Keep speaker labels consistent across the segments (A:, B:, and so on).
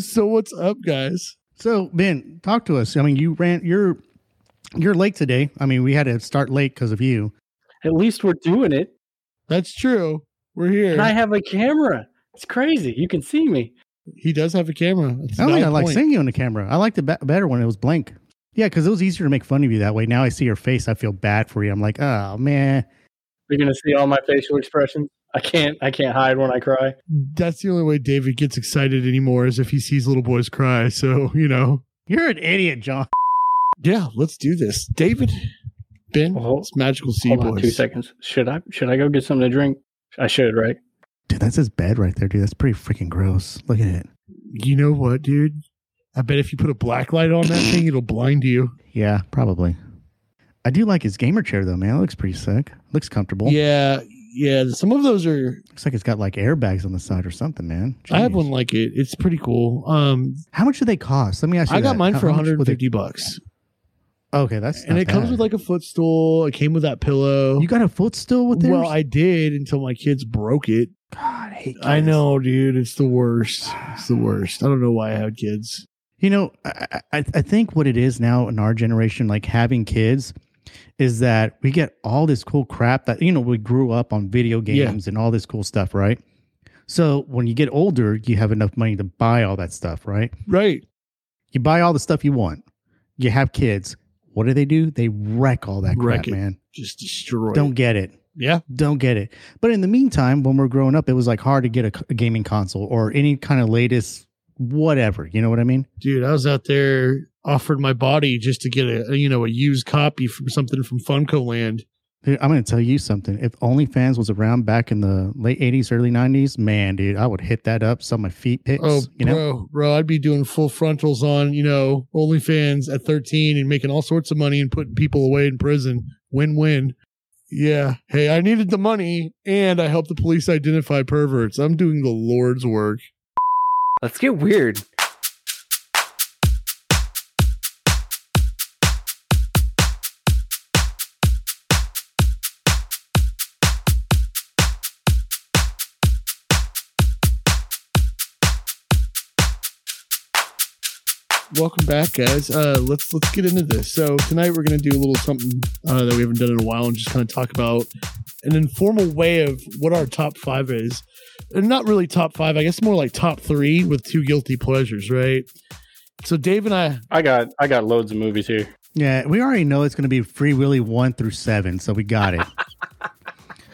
A: So what's up, guys?
B: So Ben, talk to us. I mean, you ran. You're you're late today. I mean, we had to start late because of you.
C: At least we're doing it.
A: That's true. We're here.
C: And I have a camera. It's crazy. You can see me.
A: he does have a camera. That's
B: I don't think
A: not
B: I
A: a
B: like
A: point.
B: seeing you on the camera. I liked it be- better when it was blank. Yeah, because it was easier to make fun of you that way. Now I see your face. I feel bad for you. I'm like, oh man.
C: You're gonna see all my facial expressions. I can't. I can't hide when I cry.
A: That's the only way David gets excited anymore is if he sees little boys cry. So you know.
B: You're an idiot, John.
A: Yeah, let's do this, David. Ben,
C: Well, hold-
A: it's magical sea
C: Hold on two
A: boys.
C: seconds. Should I? Should I go get something to drink? I should, right?
B: Dude, that's his bed right there, dude. That's pretty freaking gross. Look at it.
A: You know what, dude? I bet if you put a black light on that thing, it'll blind you.
B: Yeah, probably. I do like his gamer chair though, man. It looks pretty sick. Looks comfortable.
A: Yeah, yeah. Some of those are.
B: Looks like it's got like airbags on the side or something, man.
A: I have
B: Jeez.
A: one like it. It's pretty cool. Um,
B: How much do they cost? Let me ask you.
A: I got
B: that.
A: mine
B: How-
A: for
B: how much would they-
A: 150 bucks,
B: Okay, that's
A: and
B: not
A: it comes
B: bad.
A: with like a footstool. It came with that pillow.
B: You got a footstool with theirs?
A: well, I did until my kids broke it.
B: God, I hate
A: I
B: kids.
A: know, dude. It's the worst. It's the worst. I don't know why I had kids.
B: You know, I, I, I think what it is now in our generation, like having kids, is that we get all this cool crap that, you know, we grew up on video
A: Yeah.
B: games and all this cool stuff, right? So when you get older, you have enough money to buy all that stuff, right?
A: Right.
B: You buy all the stuff you want. You have kids. What do they do? They wreck all that
A: Wreck
B: crap,
A: it.
B: man.
A: Just destroyed.
B: Don't get it.
A: Yeah.
B: Don't get it. But in the meantime, when we're growing up, it was like hard to get a, c- a gaming console or any kind of latest whatever. You know what I mean?
A: Dude, I was out there offered my body just to get a you know a used copy from something from Funko Land.
B: Dude, I'm going to tell you something. If OnlyFans was around back in the late 80s, early 90s, man, dude, I would hit that up. Sell my feet pics.
A: Oh,
B: you know,
A: bro, bro, I'd be doing full frontals on you know OnlyFans at 13 and making all sorts of money and putting people away in prison. Win win. Yeah. Hey, I needed the money and I helped the police identify perverts. I'm doing the Lord's work.
D: Let's get weird.
A: Welcome back, guys. Uh, let's let's get into this. So tonight we're gonna do a little something uh, that we haven't done in a while, and just kind of talk about an informal way of what our top five is. And not really top five, I guess more like top three with two guilty pleasures, right? So Dave and I,
C: I got. I got loads of movies here.
B: yeah, we already know it's going to be Free Willy 1 through 7. So we got it.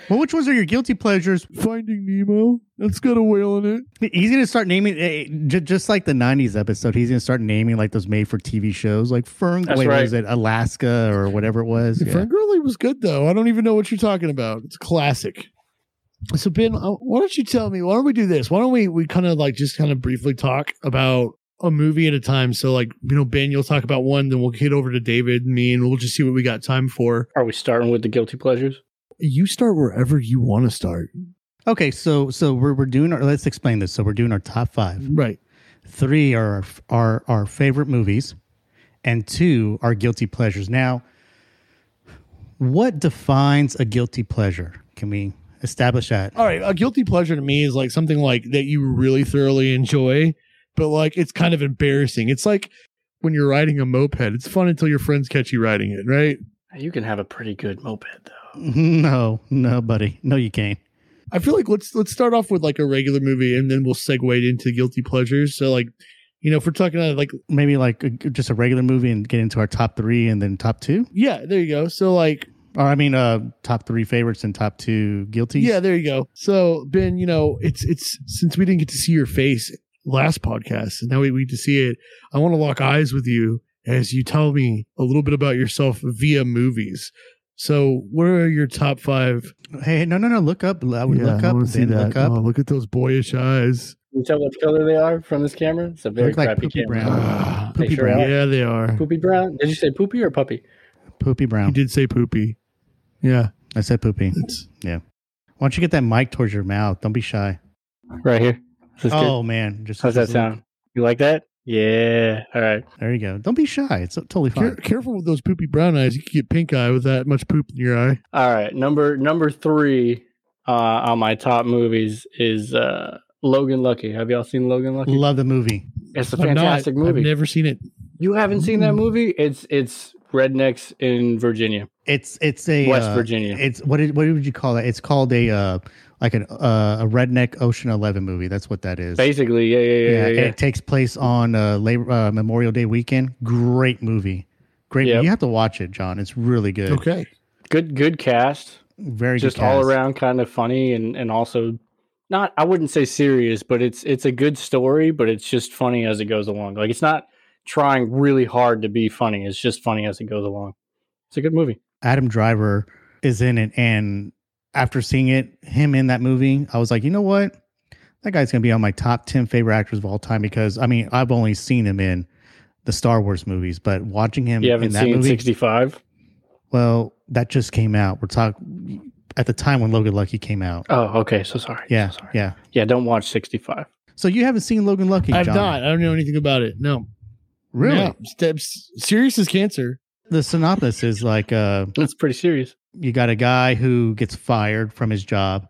B: well, which ones are your guilty pleasures?
A: Finding Nemo, that's got a whale in it.
B: He's going to start naming, eh, ju- just like the 90s episode, he's going to start naming like those made for TV shows, like Fern,
C: That's
B: wait, what
C: right.
B: was it Alaska or whatever it was? Yeah.
A: Ferngully was good though. I don't even know what you're talking about. It's classic. So Ben, uh, why don't you tell me? Why don't we do this? Why don't we we kind of like just kind of briefly talk about a movie at a time? So like you know, Ben, you'll talk about one, then we'll hit over to David and me, and we'll just see what we got time for.
C: Are we starting with the guilty pleasures?
A: You start wherever you want to start.
B: Okay, so so we're, we're doing our, let's explain this. So we're doing our top five.
A: Right.
B: three are our, our our favorite movies and two are guilty pleasures now what defines a guilty pleasure can we establish that
A: All right. A guilty pleasure to me is like something like that you really thoroughly enjoy, but like it's kind of embarrassing. It's like when you're riding a moped. It's fun until your friends catch you riding it, right?
C: You can have a pretty good moped though.
B: no no buddy no you can't
A: I feel like let's let's start off with like a regular movie and then we'll segue into guilty pleasures. So like, you know, if we're talking about like
B: maybe like a, just a regular movie and get into our top three and then top two
A: yeah, there you go. So like
B: or i mean uh top three favorites and top two guilty
A: yeah, there you go. So Ben, you know, it's it's since we didn't get to see your face last podcast and now we, we get to see it, I want to lock eyes with you as you tell me a little bit about yourself via movies. So what are your top five?
B: hey no no no look up i would look up then look up
A: Oh, look at those boyish eyes.
C: Can you tell what color they are from this camera? It's a very
B: Look like
C: crappy
B: poopy
C: camera.
B: brown.
A: Ah,
C: Make
B: Poopy
C: sure
B: brown.
C: I-
A: yeah, they are.
C: Poopy brown. Did you say poopy or puppy?
A: Oh.
B: poopy
A: You
B: brown
A: did say poopy. Yeah.
B: i said poopy
A: It's
B: why don't you get that mic towards your mouth don't be shy
C: Right here. Is this good?
B: Oh man, just
C: How's that
B: just-
C: sound? You like that? Yeah. All right.
B: There you go. Don't be shy. It's totally
A: Care-
B: fine.
A: careful with those poopy brown eyes. You can get pink eye with that much poop in your eye.
C: All right. Number number three uh, on my top movies is uh, Logan Lucky. Have y'all seen Logan Lucky?
B: Love the movie.
C: It's a
A: I'm not.
C: fantastic movie.
A: I've never seen it.
C: you haven't seen that
A: Mm.
C: movie? It's it's rednecks in Virginia,
B: It's it's a
C: West
B: uh,
C: Virginia.
B: It's what it, what would you call that? It's called a uh, like an uh, a redneck Ocean Eleven movie. That's what that is.
C: Basically, yeah, yeah, yeah, yeah.
B: and
C: yeah.
B: it takes place on uh, Labor uh, Memorial Day weekend. Great movie. Great.
C: Yep.
B: You have to watch it, John. It's really good.
A: Okay.
C: Good good cast.
B: Very
C: just
B: good
C: all
B: cast.
C: around kind of funny and and also not I wouldn't say serious, but it's it's a good story, but it's just funny as it goes along. Like it's not trying really hard to be funny. It's just funny as it goes along. It's a good movie.
B: Adam Driver is in it, and after seeing it, him in that movie, I was like, you know what? That guy's gonna be on my top ten favorite actors of all time because I mean, I've only seen him in the Star Wars movies, but watching him
C: You
B: in
C: haven't
B: that
C: seen
B: movie,
C: 65?
B: well, that just came out. We're talking at the time when Logan Lucky came out.
C: Oh, okay. So sorry.
B: yeah,
C: So sorry.
B: yeah.
C: Yeah, don't watch 65.
B: So you haven't seen Logan Lucky?
A: I've
B: John.
A: not. I don't know anything about it. No.
B: Really?
A: No. Steps serious as cancer.
B: The synopsis is like uh,
C: That's pretty serious.
B: you got a guy who gets fired from his job,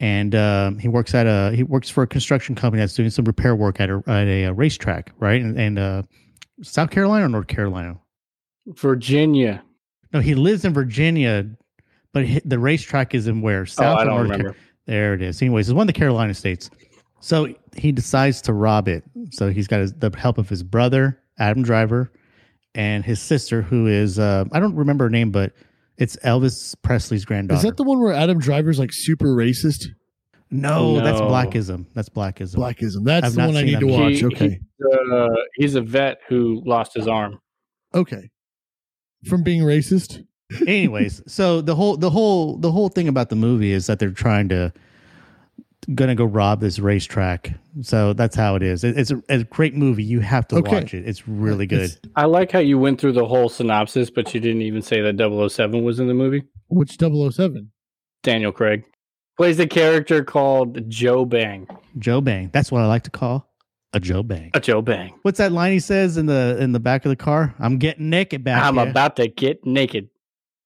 B: and um, he works at a he works for a construction company that's doing some repair work at a at a, uh racetrack, right? And, and uh, South Carolina or North Carolina?
C: Virginia.
B: No, he lives in Virginia, but hi the racetrack is in where
C: Oh,
B: South
C: I
B: or
C: don't
B: North
C: remember.
B: There it is. Anyways, it's one of the Carolina states. So he decides to rob it. So he's got his, the help of his brother, Adam Driver, and his sister, who is, uh, I don't remember her name, but it's Elvis Presley's granddaughter.
A: Is that the one where Adam Driver's like super racist?
B: no, that's
C: No.
B: blackism. That's blackism.
A: Blackism. That's
B: I've
A: the
B: not
A: one I
B: seen
A: need
B: that
A: to
B: movie.
A: watch.
C: He-
A: okay.
C: Uh, he's a vet who lost his arm.
A: okay. From being racist.
B: Anyways, so the whole the whole the whole thing about the movie is that they're trying to gonna go rob this racetrack. So that's how it is. It, it's, a, it's a great movie. You have to
A: Okay.
B: watch it. It's really good.
A: It's-
C: I like how you went through the whole synopsis, but you didn't even say that 007 was in the movie.
A: Which 007?
C: Daniel Craig plays a character called Joe Bang.
B: Joe Bang. That's what I like to call a Joe Bang.
C: A Joe Bang.
B: What's that line he says in the in the back of the car? I'm getting naked back.
C: I'm
B: here.
C: about to get naked.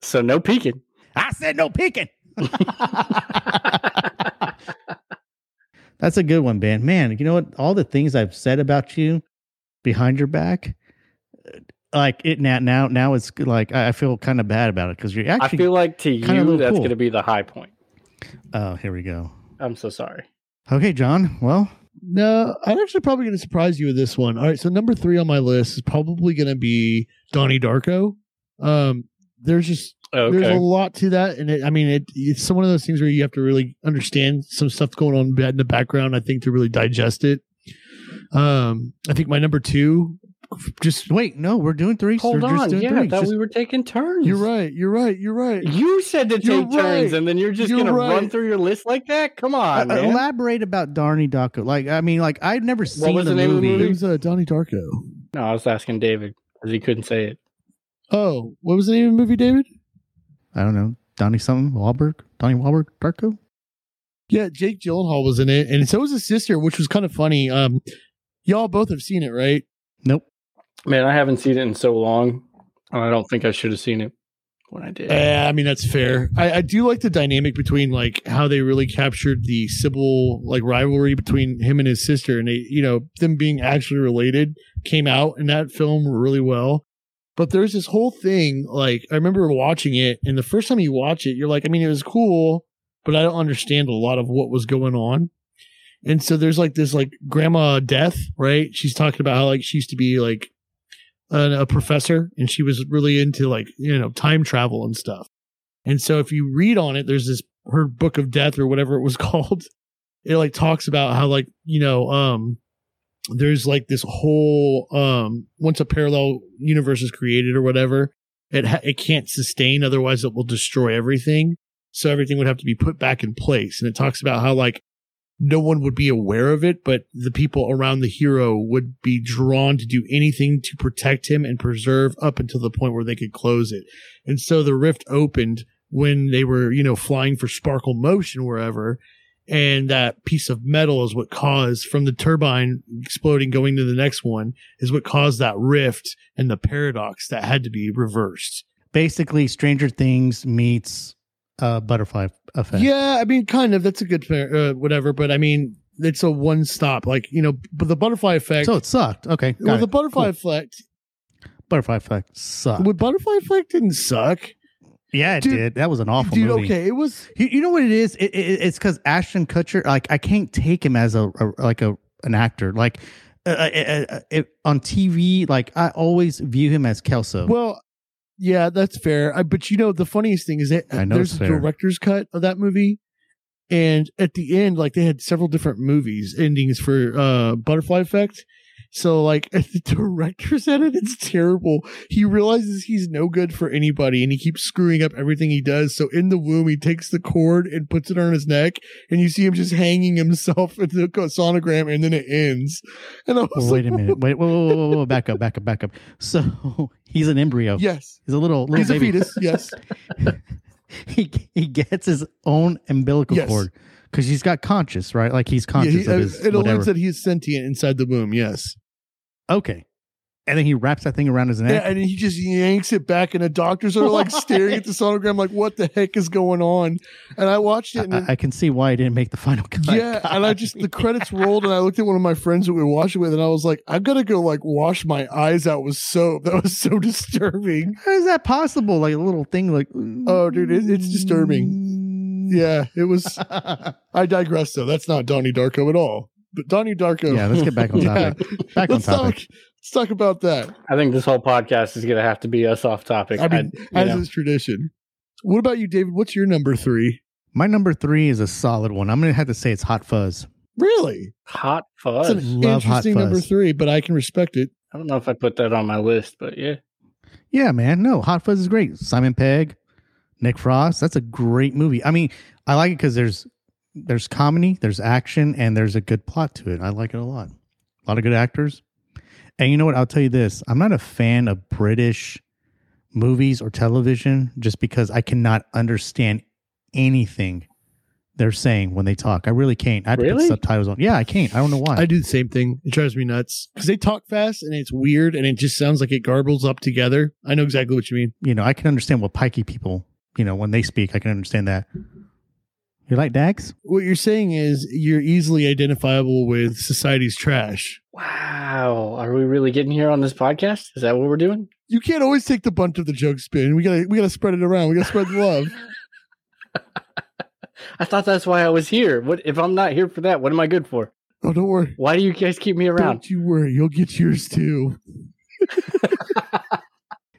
C: So no peeking.
B: I said no peeking. That's a good one, Ben. Man, you know what? All the things I've said about you behind your back, uh, like it now now now it's like I I feel kind of bad about it because you're
C: I
B: actually.
C: feel like to
B: kinda a little
C: you that's
B: cool.
C: going to be the high point.
B: oh, here we go.
C: I'm so sorry.
B: Okay, John. Well,
A: No, I'm actually probably going to surprise you with this one. All right, so number three on my list is probably going to be Donnie Darko. Um, there's just there's a
C: Okay.
A: lot to that, and it, I mean, it, it's one of those things where you have to really understand some stuff going on in the background. I think to really digest it. Um, I think my number two, just
B: wait. No, we're doing three.
C: Hold
B: we're just
C: on.
B: doing
C: Yeah, I
B: three.
C: thought
B: Just-
C: we were taking turns.
A: you're right, you're right, you're right.
C: You said to take
A: You're
C: turns,
A: right.
C: and then you're just
A: You're
C: going to run
A: right.
C: through your list like that? Come
B: Uh,
C: on, man.
B: elaborate about Darnie Darko. Like, I mean, like I've never seen
C: was
B: the
C: the name of the
A: It
C: movie?
A: was uh, Donnie Darko.
C: no, I was asking David because he couldn't say it.
A: Oh, what was the name of the movie, David?
B: I don't know. Donnie something Wahlberg, Donnie Wahlberg, Darko.
A: Yeah, Jake Gyllenhaal was in it, and so was his sister, which was kind of funny. Um, y'all both have seen it, right?
B: Nope.
C: Man, I haven't seen it in so long. and I don't think I should have seen it when I did.
A: Yeah, Eh, I mean that's fair. I, I do like the dynamic between like how they really captured the Sybil like rivalry between him and his sister, and they you know them being actually related came out in that film really well. But there's this whole thing like I remember watching it, and the first time you watch it, you're like, I mean, it was cool, but I don't understand a lot of what was going on. And so there's like this like grandma death, right? She's talking about how like she used to be like a, a professor and she was really into like you know time travel and stuff and so if you read on it there's this her book of death or whatever it was called it like talks about how like you know um there's like this whole um once a parallel universe is created or whatever it ha- it can't sustain otherwise it will destroy everything so everything would have to be put back in place and it talks about how like no one would be aware of it, but the people around the hero would be drawn to do anything to protect him and preserve up until the point where they could close it. And so the rift opened when they were, you know, flying for sparkle motion wherever. And that piece of metal is what caused from the turbine exploding going to the next one is what caused that rift and the paradox that had to be reversed.
B: Basically, Stranger Things meets uh, Butterfly Effect.
A: Yeah, I mean, kind of. That's a good, par- uh, whatever. But I mean, it's a one stop. Like you know, but the butterfly effect.
B: So it sucked. Okay.
A: well,
B: got
A: the
B: it.
A: butterfly
B: Cool.
A: effect.
B: butterfly effect sucked.
A: Well, butterfly effect didn't suck,
B: yeah, it
A: Dude-
B: did. That was an awful
A: dude.
B: movie.
A: Okay, it was.
B: You, you know what it is? It, it, it's because Ashton Kutcher. Like I can't take him as a, a- like a an actor. Like uh, uh, uh, uh, it, on TV, like I always view him as Kelso.
A: Well, yeah, that's fair. I, but you know, the funniest thing is that
B: I know
A: there's
B: it's
A: a
B: fair.
A: director's cut of that movie, and at the end, like they had several different movies endings for uh, Butterfly Effect. So, like, if the director said it, it's terrible. He realizes he's no good for anybody, and he keeps screwing up everything he does. So, in the womb, he takes the cord and puts it on his neck, and you see him just hanging himself in the sonogram, and then it ends. And I was like,
B: Well, Oh, wait a minute. Wait, whoa, whoa, whoa, whoa, whoa, back up, back up, back up. So he's an embryo.
A: Yes,
B: He's a little little
A: he's a
B: baby.
A: fetus. Yes.
B: he he gets his own umbilical
A: Yes.
B: cord because he's got conscious, right? Like he's
A: Yeah, he- uh,
B: conscious of his
A: it
B: whatever.
A: alludes that he's sentient inside the womb. Yes.
B: okay, and then he wraps that thing around his neck.
A: Yeah, and he just yanks it back, and the doctors are like
B: Why?
A: staring at the sonogram, like, "What the heck is going on?" And I watched it, and
B: I, I can see why he didn't make the final cut.
A: yeah, and I
B: God.
A: just the credits rolled, and I looked at one of my friends that we were watching with, and I was like, "I've got to go like wash my eyes out with soap." That was so disturbing.
B: How is that possible? Like a little thing, like
A: Oh, dude, it- it's
B: disturbing.
A: Yeah, it was.
B: Yeah,
A: I digress, though. That's not Donnie Darko at all. But Donnie Darko.
B: yeah. Let's get back on
A: Yeah.
B: topic. Back on
A: Let's talk.
B: topic.
A: Let's talk about that.
C: I think this whole podcast is going to have to be us off topic.
A: I mean,
C: you
A: as
C: know.
A: is tradition. What about you, David? What's your number three?
B: My number three is a solid one. I'm gonna have to say it's Hot Fuzz.
A: Really?
C: hot
A: That's
C: fuzz.
A: an
B: Love Hot
A: interesting number
B: Fuzz.
A: three, but I can respect it.
C: I don't know if I put that on my list, but yeah.
B: Yeah, man. No, Hot Fuzz is great. Simon Pegg, Nick Frost. That's a great movie. I mean, I like it because there's there's comedy, there's action, and there's a good plot to it. I like it a lot. A lot of good actors. And you know what? I'll tell you this. I'm not a fan of British movies or television just because I cannot understand anything they're saying when they talk. I really can't. I had to put
C: Really?
B: subtitles on. Yeah, I can't. I don't know why.
A: I do the same thing. It drives me nuts because they talk fast and it's weird and it just sounds like it garbles up together. I know exactly what you mean.
B: you know, I can understand what pikey people, you know, when they speak, I can understand that. You like Dax?
A: What you're saying is you're easily identifiable with society's trash.
C: Wow. Are we really getting here on this podcast? Is that what we're doing?
A: You can't always take the bunt of the joke spin. We gotta we gotta spread it around. We gotta spread the love.
C: I thought that's why I was here. What if I'm not here for that? What am I good for?
A: oh, don't worry.
C: Why do you guys keep me around?
A: Don't you worry. You'll get yours too.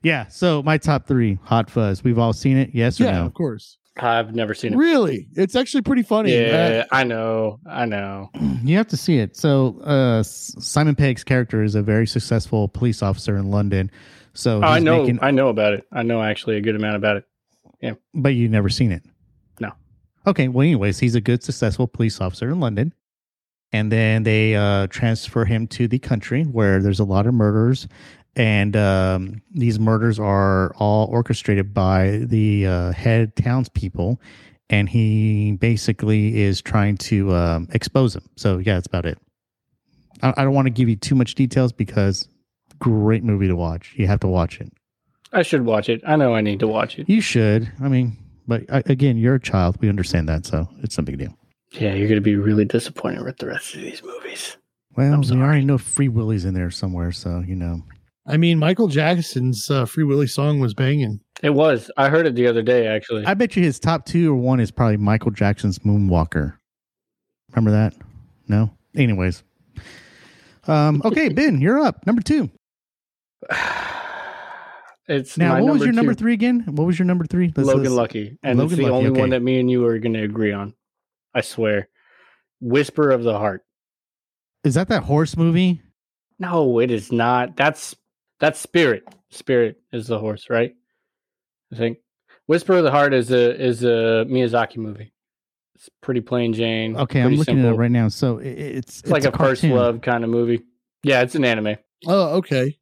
B: Yeah. So my top three, Hot Fuzz. We've all seen it, yes or
A: yeah,
B: no?
A: of course.
C: I've never seen it.
A: Really, it's actually pretty funny. Uh,
C: Yeah, I know. I know.
B: You have to see it. So uh, S- Simon Pegg's character is a very successful police officer in London. So
C: Oh, I
B: he's
C: know.
B: making-
C: I know about it. I know actually a good amount about it.
B: but you've never seen it.
C: No.
B: Okay. Well, anyways, he's a good, successful police officer in London. And then they uh, transfer him to the country where there's a lot of murders. And um, these murders are all orchestrated by the uh, head townspeople. And he basically is trying to um, expose them. So, yeah, that's about it. I, I don't want to give you too much details because great movie to watch. You have to watch it.
C: I should watch it. I know I need to watch it.
B: You should. I mean, but I, again, you're a child. We understand that, so it's no big deal.
C: Yeah, you're gonna be really disappointed with the rest of these movies.
B: Well,
C: I'm
B: we
C: sorry.
B: already know Free Willy's in there somewhere, so you know.
A: I mean, Michael Jackson's uh, Free Willy song was banging.
C: It was. I heard it the other day actually.
B: I bet you his top two or one is probably Michael Jackson's Moonwalker. Remember that? No. Anyways, um, okay, Ben, you're up. Number two.
C: it's
B: Now,
C: my
B: what was your number
C: two,
B: three again? What was your number three? Let's-
C: Logan
B: let's-
C: Lucky, and
B: Logan
C: it's the
B: Lucky,
C: only
B: okay.
C: one that me and you are going to agree on. I swear. Whisper of the Heart.
B: Is that that horse movie?
C: No, it is not. That's that's Spirit. Spirit is the horse, right? I think Whisper of the Heart is a is a Miyazaki movie. It's pretty plain Jane.
B: Okay, I'm
C: Mm-hmm. pretty
B: looking at it
C: simple.
B: up right now. So it, it's,
C: It's, like a, first
B: cartoon.
C: love kind of movie. Yeah, it's an anime.
A: Oh, okay.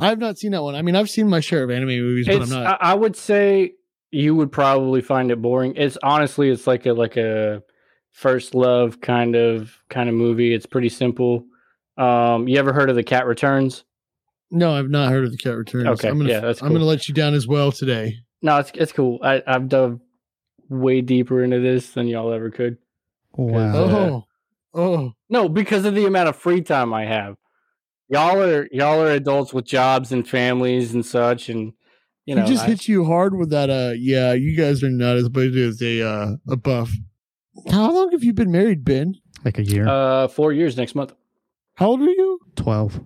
A: I've not seen that one. I mean, I've seen my share of anime movies, but I'm
C: It's- uh,
A: not.
C: I, I would say you would probably find it boring. It's honestly, it's like a like a first love kind of kind of movie. It's pretty simple. Um, you ever heard of the Cat Returns?
A: No, I've not heard of the Cat Returns.
C: Okay,
A: I'm gonna,
C: yeah, that's
A: I'm going to
C: cool.
A: let you down as well today.
C: No, it's it's cool. I, I've dove way deeper into this than y'all ever could.
B: Wow.
C: Uh,
A: oh, Oh,
C: No, because of the amount of free time I have. Y'all are y'all are adults with jobs and families and such, and you know.
A: he just
C: I-
A: hit you hard with that. Uh, yeah, you guys are not as big as a uh, a buff. How long have you been married, Ben?
B: like a year,
C: uh, four years next month.
A: How old are you?
B: 12,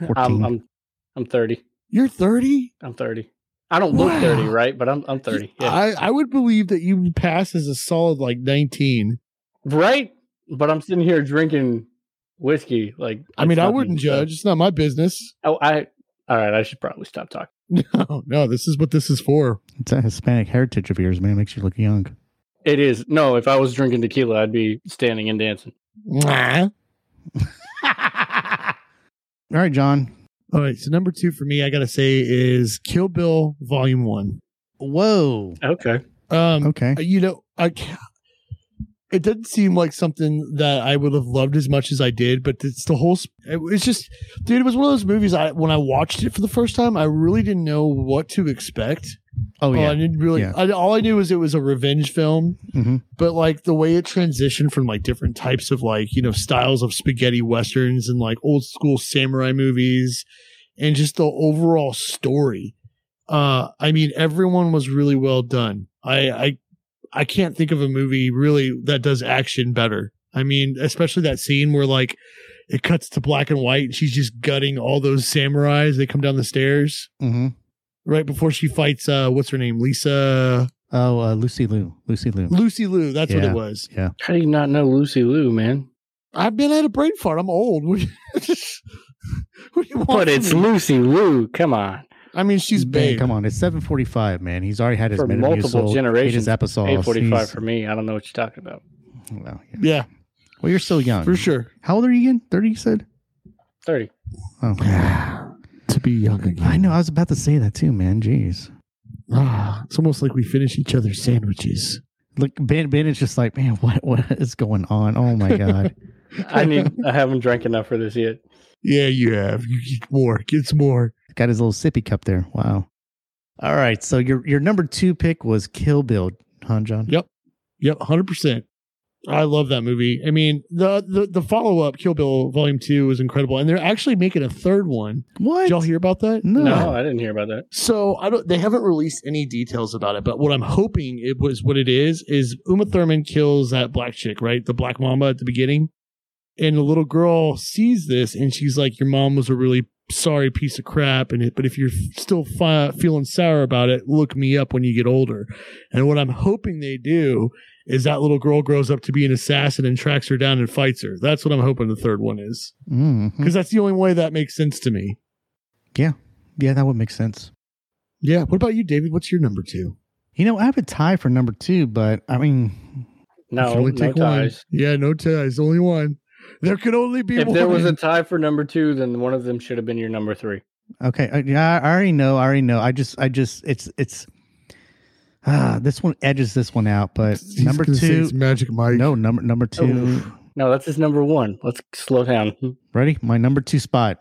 B: 14.
C: I'm, I'm I'm thirty.
A: You're thirty.
C: I'm thirty. I don't look thirty,
A: Wow.
C: right? But I'm I'm thirty. Yeah.
A: I I would believe that you would pass as a solid like nineteen.
C: right? But I'm sitting here drinking whiskey. Like
A: I mean,
C: it's
A: I
C: nothing,
A: wouldn't
C: so-
A: judge. It's not my business.
C: Oh, I all right. I should probably stop talking.
A: No, no, this is what this is for.
B: it's a Hispanic heritage of yours, man. It makes you look young.
C: It is no. If I was drinking tequila, I'd be standing and dancing.
A: Mwah.
B: All right, John.
A: All right, so number two for me, I gotta say is Kill Bill Volume One.
B: Whoa.
C: Okay.
A: Um,
B: Okay.
A: Uh, you know i ca- it doesn't seem like something that i would have loved as much as i did but it's the whole sp- it- it's just dude it was one of those movies i when i watched it for the first time i really didn't know what to expect Uh,
B: Oh
A: i
B: yeah.
A: didn't really
B: Yeah.
A: I, all i knew was it was a revenge film
B: hmm
A: but like the way it transitioned from like different types of like you know styles of spaghetti westerns and like old school samurai movies and just the overall story uh i mean everyone was really well done i i i can't think of a movie really that does action better i mean especially that scene where like it cuts to black and white and she's just gutting all those samurais they come down the stairs
B: hmm
A: right before she fights uh what's her name lisa
B: Oh, uh, Lucy Lou. Lucy Lou.
A: lucy lou that's what
B: Yeah.
A: it was
C: How do you not know Lucy Lou, man?
A: I've been at a brain fart. I'm old. What do you, what do you want?
C: But
A: from
C: it's
A: me?
C: Lucy Lou. Come on.
A: I mean, she's
B: Man,
A: babe.
B: Come on, it's seven forty-five, man. He's already had his
C: For
B: Metamucil,
C: multiple
B: ate his
C: generations,
B: applesauce.
C: Eight forty-five
B: He's-
C: for me. I don't know what you're talking about.
B: Well, yeah.
A: Yeah,
B: Well, you're still young
A: for sure.
B: How old are you again? Thirty, you said.
C: Thirty.
B: Oh,
A: To be young
B: I know. I was about to say that too, man. Jeez.
A: Ah, it's almost like we finish each other's sandwiches.
B: Look, Ben. Ben is just like, man. What? What is going on? Oh my god.
C: I need. I haven't drank enough for this yet.
A: Yeah, you have. You get more. Gets more.
B: Got his little sippy cup there. Wow. All right. So your your number two pick was Kill Bill, huh, John?
A: Yep. Yep, hundred percent. I love that movie. I mean, the the, the follow up Kill Bill Volume Two is incredible, and they're actually making a third one.
B: What?
A: Did y'all hear about that?
B: no.
C: No, I didn't hear about that.
A: So I don't. They haven't released any details about it, but what I'm hoping it was what it is is Uma Thurman kills that black chick, right? The black mama at the beginning, and the little girl sees this and she's like, "Your mom was a really sorry piece of crap, and it, but if you're still fi- feeling sour about it, look me up when you get older." And what I'm hoping they do is that little girl grows up to be an assassin and tracks her down and fights her. That's what I'm hoping the third one is
B: Mhm.
A: because that's the only way that makes sense to me.
B: Yeah, that would make sense.
A: Yeah. What about you, David? What's your number two?
B: You know, I have a tie for number two, but I mean,
A: You
C: No,
A: can only
C: no
A: take one.
C: ties.
A: Yeah, no ties. Only one. There could only be
C: If
A: one.
C: there was a tie for number two, then one of them should have been your number three.
B: okay. I, yeah, I already know. I already know. I just, I just, it's, it's. Ah, this one edges this one out, but
A: He's
B: number
A: gonna say
B: two.
A: it's Magic Mike.
B: No, number number two.
C: Oof. No, that's his number one. Let's slow down.
B: Ready? My number two spot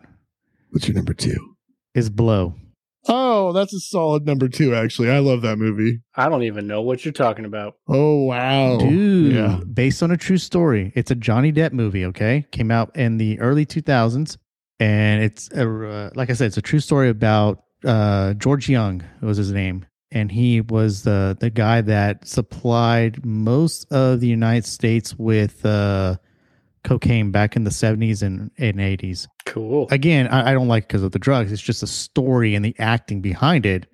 A: What's your number two?
B: is Blow.
A: Oh, that's a solid number two. Actually, I love that movie.
C: I don't even know what you're talking about.
A: Oh wow,
B: Dude,
A: Yeah.
B: based on a true story. It's a Johnny Depp movie, okay? Came out in the early 2000s. And it's, a, uh, like I said, it's a true story about uh, George Young, was his name. And he was the, the guy that supplied most of the United States with uh, cocaine back in the 70s and, and 80s
C: Cool.
B: again, I, I don't like because of the drugs. It's just the story and the acting behind it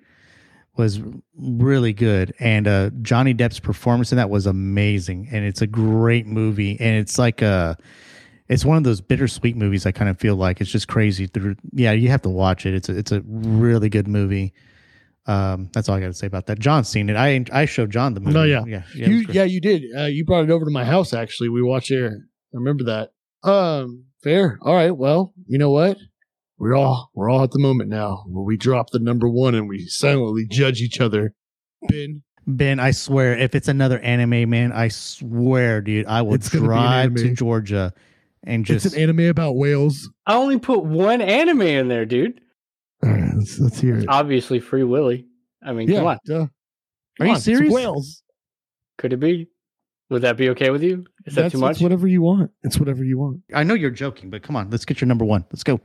B: was really good, and uh, Johnny Depp's performance in that was amazing. And it's a great movie, and it's like a, it's one of those bittersweet movies. I kind of feel like it's just crazy. Through yeah, you have to watch it. It's a, it's a really good movie. Um, that's all I got to say about that. John's seen it. I I showed John the movie.
A: No, Oh, yeah.
B: yeah, yeah. it
A: you
B: was great.
A: yeah you did. Uh, you brought it over to my house. Actually, we watched it. I remember that. Um, fair. All right. Well, you know what? We're all we're all at the moment now where we drop the number one and we silently judge each other. Ben,
B: Ben, I swear, if it's another anime, man, I swear, dude, I will
A: It's gonna be an
B: drive to
A: anime.
B: Georgia and just
A: it's an anime about whales.
C: I only put one anime in there, dude.
A: All right, let's, let's hear it.
C: Obviously, Free Willy. I mean, come on.
A: duh.
B: Are you
A: it's
B: serious?
A: Whales.
C: Could it be? Would that be okay with you? Is that
A: That's-
C: too
A: It's
C: much?
A: whatever you want. It's whatever you want.
B: I know you're joking, but come on, let's get your number one. Let's go.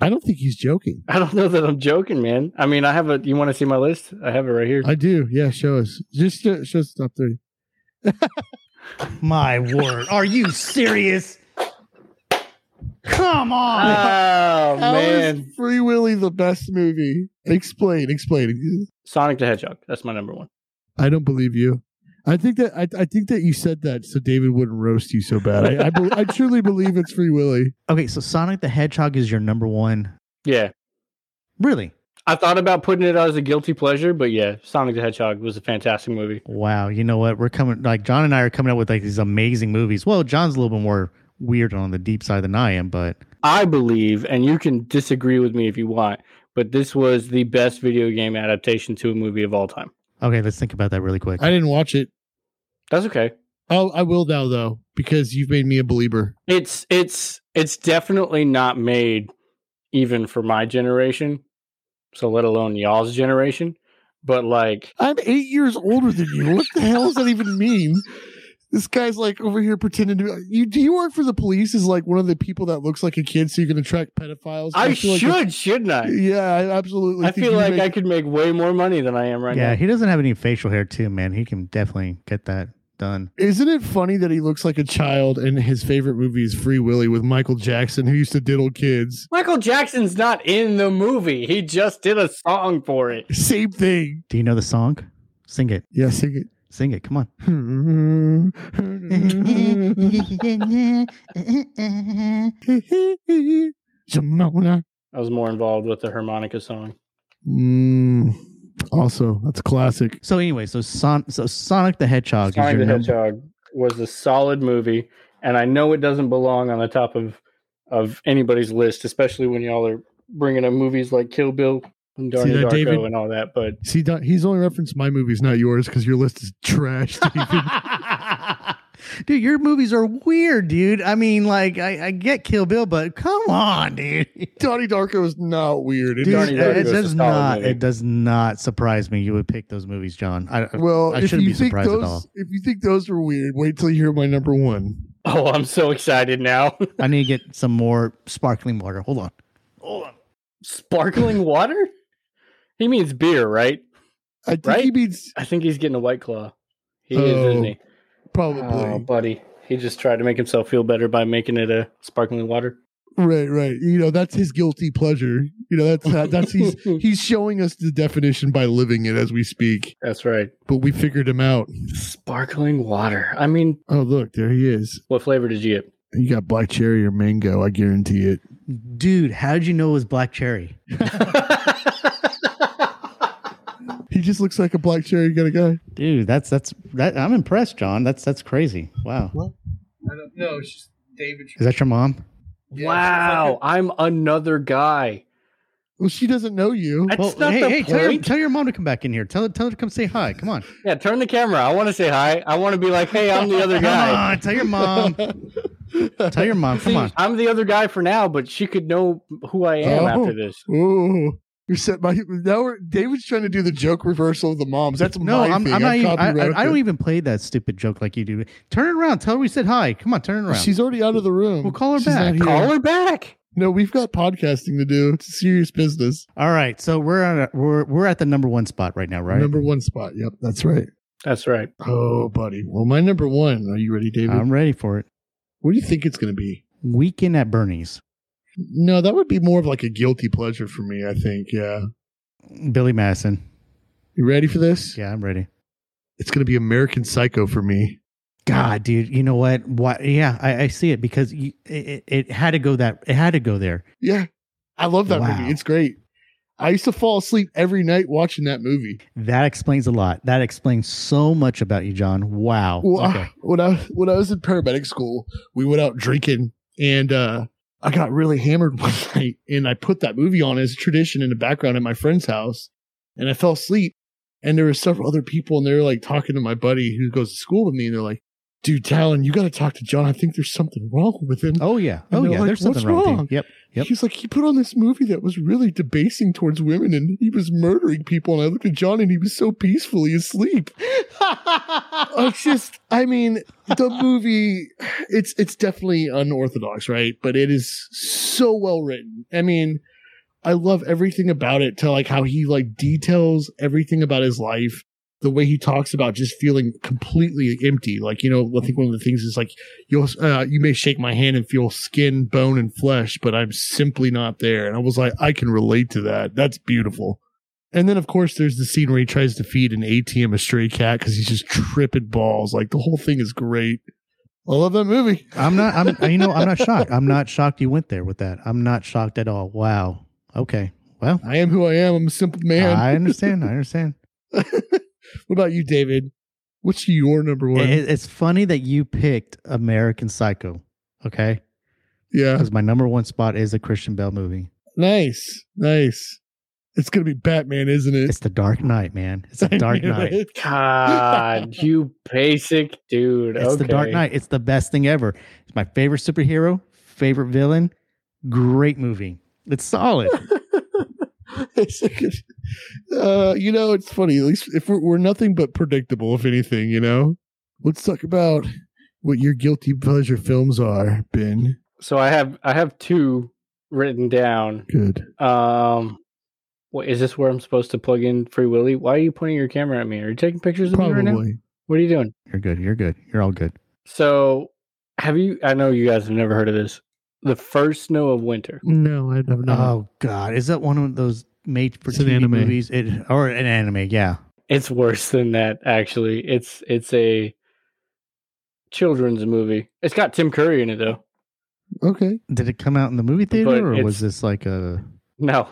A: I don't think he's joking.
C: I don't know that I'm joking, man. I mean, I have a. You want to see my list? I have it right here.
A: I do. Yeah, show us. Just uh, show us the top three.
B: My word, are you serious? Come
C: Oh
B: on.
A: Uh, How is
C: man,
A: Free Willy the best movie? Explain. Explain.
C: Sonic the Hedgehog. That's my number one.
A: I don't believe you. I think that I, I think that you said that so David wouldn't roast you so bad. I I, bel I truly believe it's Free Willy.
B: okay, so Sonic the Hedgehog is your number one.
C: Yeah,
B: Really?
C: I thought about putting it as a guilty pleasure, but yeah, Sonic the Hedgehog was a fantastic movie.
B: Wow. You know what? We're coming like John and I are coming up with like these amazing movies. Well, John's a little bit more weird on the deep side than I am, but
C: I believe, and you can disagree with me if you want, but this was the best video game adaptation to a movie of all time.
B: okay, let's think about that really quick.
A: I didn't watch it.
C: That's okay.
A: Oh, I will now though because you've made me a believer.
C: It's it's it's definitely not made even for my generation, so let alone y'all's generation. But like,
A: I'm eight years older than you. What the hell does that even mean? This guy's like over here pretending to you. Do you work for the police? Is like one of the people that looks like a kid, so you can attract pedophiles.
C: I,
A: feel like
C: should, shouldn't I?
A: it's- yeah, I absolutely.
C: I
A: think
C: feel
A: you
C: like
A: make-
C: I could make way more money than I am right
B: yeah,
C: now.
B: he doesn't have any facial hair too, man. He can definitely get that done.
A: Isn't it funny that he looks like a child and his favorite movie is Free Willy with Michael Jackson, who used to diddle kids?
C: Michael Jackson's not in the movie. He just did a song for it.
A: Same thing.
B: Do you know the song? Sing it.
A: Yeah, sing it.
B: Sing it. Come on.
A: Jamona.
C: I was more involved with the harmonica song.
A: Mm, also, that's a classic.
B: So anyway, so Son- so Sonic the Hedgehog is
C: Sonic
B: your
C: the
B: number-
C: Hedgehog was a solid movie, and I know it doesn't belong on the top of of anybody's list, especially when y'all are bringing up movies like Kill Bill and
A: See
C: Darnie
A: that,
C: Darko
A: David?
C: and all that. But
A: See, Don, he's only referenced my movies, not yours, because your list is trash. David.
B: dude, your movies are weird, dude. I mean, like, I, I get Kill Bill, but come on, dude.
A: Donnie Darko is not weird. It
B: Dude,
A: is-
C: Donnie Darko
B: it
C: is a
B: does
C: solid
B: not.
C: movie.
B: It does not surprise me you would pick those movies, John. I, I-
A: well, if
B: shouldn't
A: you
B: be
A: think
B: surprised at
A: those,
B: all.
A: if you think those are weird, wait till you hear my number one.
C: oh, I'm so excited now!
B: I need to get some more sparkling water. Hold on. Hold on.
C: Sparkling water? He means beer, right?
A: I think he
C: Right?
A: means
C: I think he's getting a white claw. He is, isn't he?
A: probably
C: Oh, buddy, he just tried to make himself feel better by making it a sparkling water.
A: right, right. You know, that's his guilty pleasure. You know, that's that, that's he's he's showing us the definition by living it as we speak.
C: That's right.
A: But we figured him out.
C: Sparkling water. I mean,
A: Oh, look, there he is.
C: what flavor did you get?
A: You got black cherry or mango. I guarantee it.
B: Dude, how did you know it was black cherry?
A: He just looks like a black cherry kind of guy.
B: Dude, that's that's that I'm impressed, John. That's that's crazy. Wow.
A: I don't know. It's just David.
B: Is that your mom?
C: wow, I'm another guy.
A: Well, she doesn't know you.
C: That's not
B: hey,
C: the
B: hey, tell your,
C: point.
B: tell your mom to come back in here. Tell tell her to come say hi. Come on.
C: yeah, turn the camera. I want to say hi. I want to be like, hey, I'm the other
B: Come
C: guy.
B: on, tell your mom. tell your mom. Come on.
C: I'm the other guy for now, but she could know who I am
A: Oh.
C: after this.
A: Ooh. You set my now we're, David's trying to do the joke reversal of the moms. That's
B: No,
A: my
B: I'm,
A: thing.
B: I'm not
A: I
B: even, I, I, I
A: copyrighted
B: don't
A: it.
B: even play that stupid joke like you do. Turn it around. Tell her we said hi. Come on, turn it around.
A: She's already out of the room.
B: Well, call her
A: She's not
B: back.
A: here.
C: Call her back.
A: No, we've got podcasting to do. It's serious business.
B: All right, so we're on a, we're we're at the number one spot right now, right?
A: Number one spot. Yep, that's right.
C: That's right.
A: Oh, buddy. Well, my number one. Are you ready, David?
B: I'm ready for it.
A: what do you think it's going to be?
B: Weekend at Bernie's.
A: No, that would be more of like a guilty pleasure for me. I think. Yeah.
B: Billy Madison.
A: You ready for this?
B: Yeah, I'm ready.
A: It's going to be American Psycho for me.
B: God, dude, you know what? Why? Yeah, I, I see it because you, it, it it had to go that it had to go there.
A: Yeah, I love that
B: Wow.
A: movie. It's great. I used to fall asleep every night watching that movie.
B: That explains a lot. That explains so much about you, John. Wow.
A: Well,
B: okay.
A: I, when I when I was in paramedic school, we went out drinking, and uh, I got really hammered one night, and I put that movie on as a tradition in the background at my friend's house, and I fell asleep, and there were several other people, and they were like talking to my buddy who goes to school with me, and they're like, dude, Talon, you got to talk to John. I think there's something wrong with him.
B: Oh yeah.
A: And
B: Oh
A: they're
B: yeah.
A: like,
B: There's
A: "What's
B: something wrong. with you."
A: wrong?
B: Yep. Yep.
A: He's like, he put on this movie that was really debasing towards women and he was murdering people. And I looked at John and he was so peacefully asleep. it's just, I mean, the movie, it's, it's definitely unorthodox, right? But it is so well written. I mean, I love everything about it to like how he like details everything about his life. The way he talks about just feeling completely empty. Like, you know, I think one of the things is like, you'll uh, you may shake my hand and feel skin bone and flesh but i'm simply not there and i was like i can relate to that that's beautiful and then of course there's the scene where he tries to feed an atm a stray cat because he's just tripping balls like the whole thing is great i love that movie
B: I'm not. I'm. You know. I'm not shocked. I'm not shocked you went there with that. I'm not shocked at all. Wow. Okay. Well,
A: i am who i am i'm a simple man
B: I understand. I understand.
A: what about you david what's your number one
B: It, it's funny that you picked American Psycho. Okay.
A: yeah
B: Because my number one spot is a Christian Bell movie.
A: nice nice it's gonna be batman isn't it
B: It's The Dark Knight, man. It's The Dark Knight.
C: God, you basic dude.
B: It's
C: okay.
B: the Dark Knight. It's the best thing ever. It's my favorite superhero, favorite villain. Great movie. It's solid.
A: It's like a- uh, you know, it's funny. At least if we're, we're nothing but predictable, if anything, you know. Let's talk about what your guilty pleasure films are, Ben.
C: So I have I have two written down.
A: Good.
C: Um what is this where I'm supposed to plug in Free Willy? Why are you pointing your camera at me? Are you taking pictures of me right now?
A: Probably.
C: What are you doing?
B: You're good. You're good. You're all good.
C: So have you I know you guys have never heard of this. The first snow of winter.
A: No, I have not.
B: Oh God, is that one of those made for
A: It's an
B: TV
A: anime.
B: movies? It or an anime? Yeah.
C: It's worse than that, actually. It's it's a children's movie. It's got Tim Curry in it though.
A: Uh, okay.
B: Did it come out in the movie theater,
C: But
B: or was
C: it's-
B: this like a?
C: No,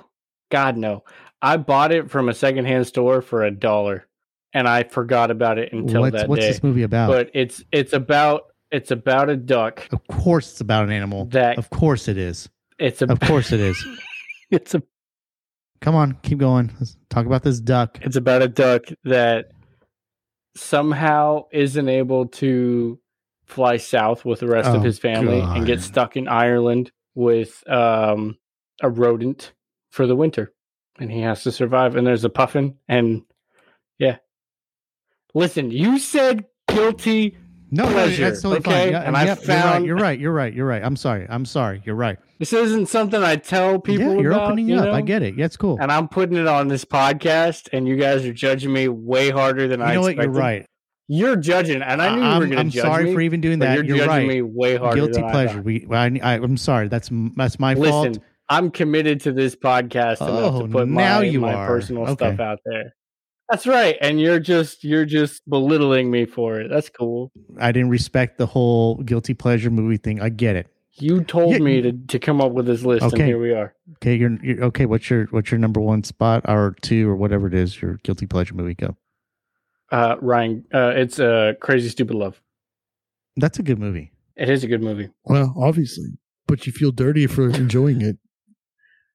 C: God, no. I bought it from a secondhand store for a dollar, and I forgot about it until
B: What's
C: that
B: What's
C: day.
B: this movie about?
C: But it's it's about it's about a duck
B: of course, it's about an animal.
C: that
B: Of course, it is.
C: it's a
B: Of course, it is.
C: it's a
B: Come on, keep going. Let's talk about this duck.
C: it's about a duck that somehow isn't able to fly south with the rest
B: Oh,
C: of his family and
B: God.
C: gets stuck in Ireland with um, a rodent for the winter, and he has to survive. And there's a puffin, and yeah. Listen, you said guilty.
B: No, no,
C: Pleasure,
B: that's totally fine.
C: okay?
B: Yeah,
C: And I
B: yep, you're right,
C: found-
B: You're right. You're right. You're right. I'm sorry. I'm sorry. You're right.
C: This isn't something I tell people.
B: yeah, you're
C: about,
B: opening
C: you
B: up. I
C: know?
B: get it. Yeah, it's cool.
C: And I'm putting it on this podcast, and you guys are judging me way harder than
B: You
C: I.
B: know what?
C: expected.
B: You're right.
C: You're judging, and I knew you
B: am
C: were going
B: I'm
C: to judge
B: sorry
C: me.
B: for even doing
C: but
B: that.
C: You're,
B: You're,
C: judging
B: right.
C: me way harder.
B: Guilty
C: than I
B: pleasure.
C: thought.
B: We. I, I, I'm sorry. That's m- that's my fault.
C: Listen, I'm committed to this podcast enough
B: Oh,
C: to put
B: now
C: my,
B: you
C: my
B: are.
C: personal stuff
B: Okay.
C: out there. That's right, and you're just you're just belittling me for it. That's cool.
B: I didn't respect the whole guilty pleasure movie thing. I get it.
C: You told
B: Yeah,
C: me to, to come up with this list,
B: Okay.
C: and here we are.
B: Okay, you're, you're okay. What's your what's your number one spot or two or whatever it is? Your guilty pleasure movie. Go.
C: Uh, Ryan, uh, it's uh, Crazy Stupid Love.
B: That's a good movie.
C: It is a good movie.
A: Well, obviously. But you feel dirty for enjoying it.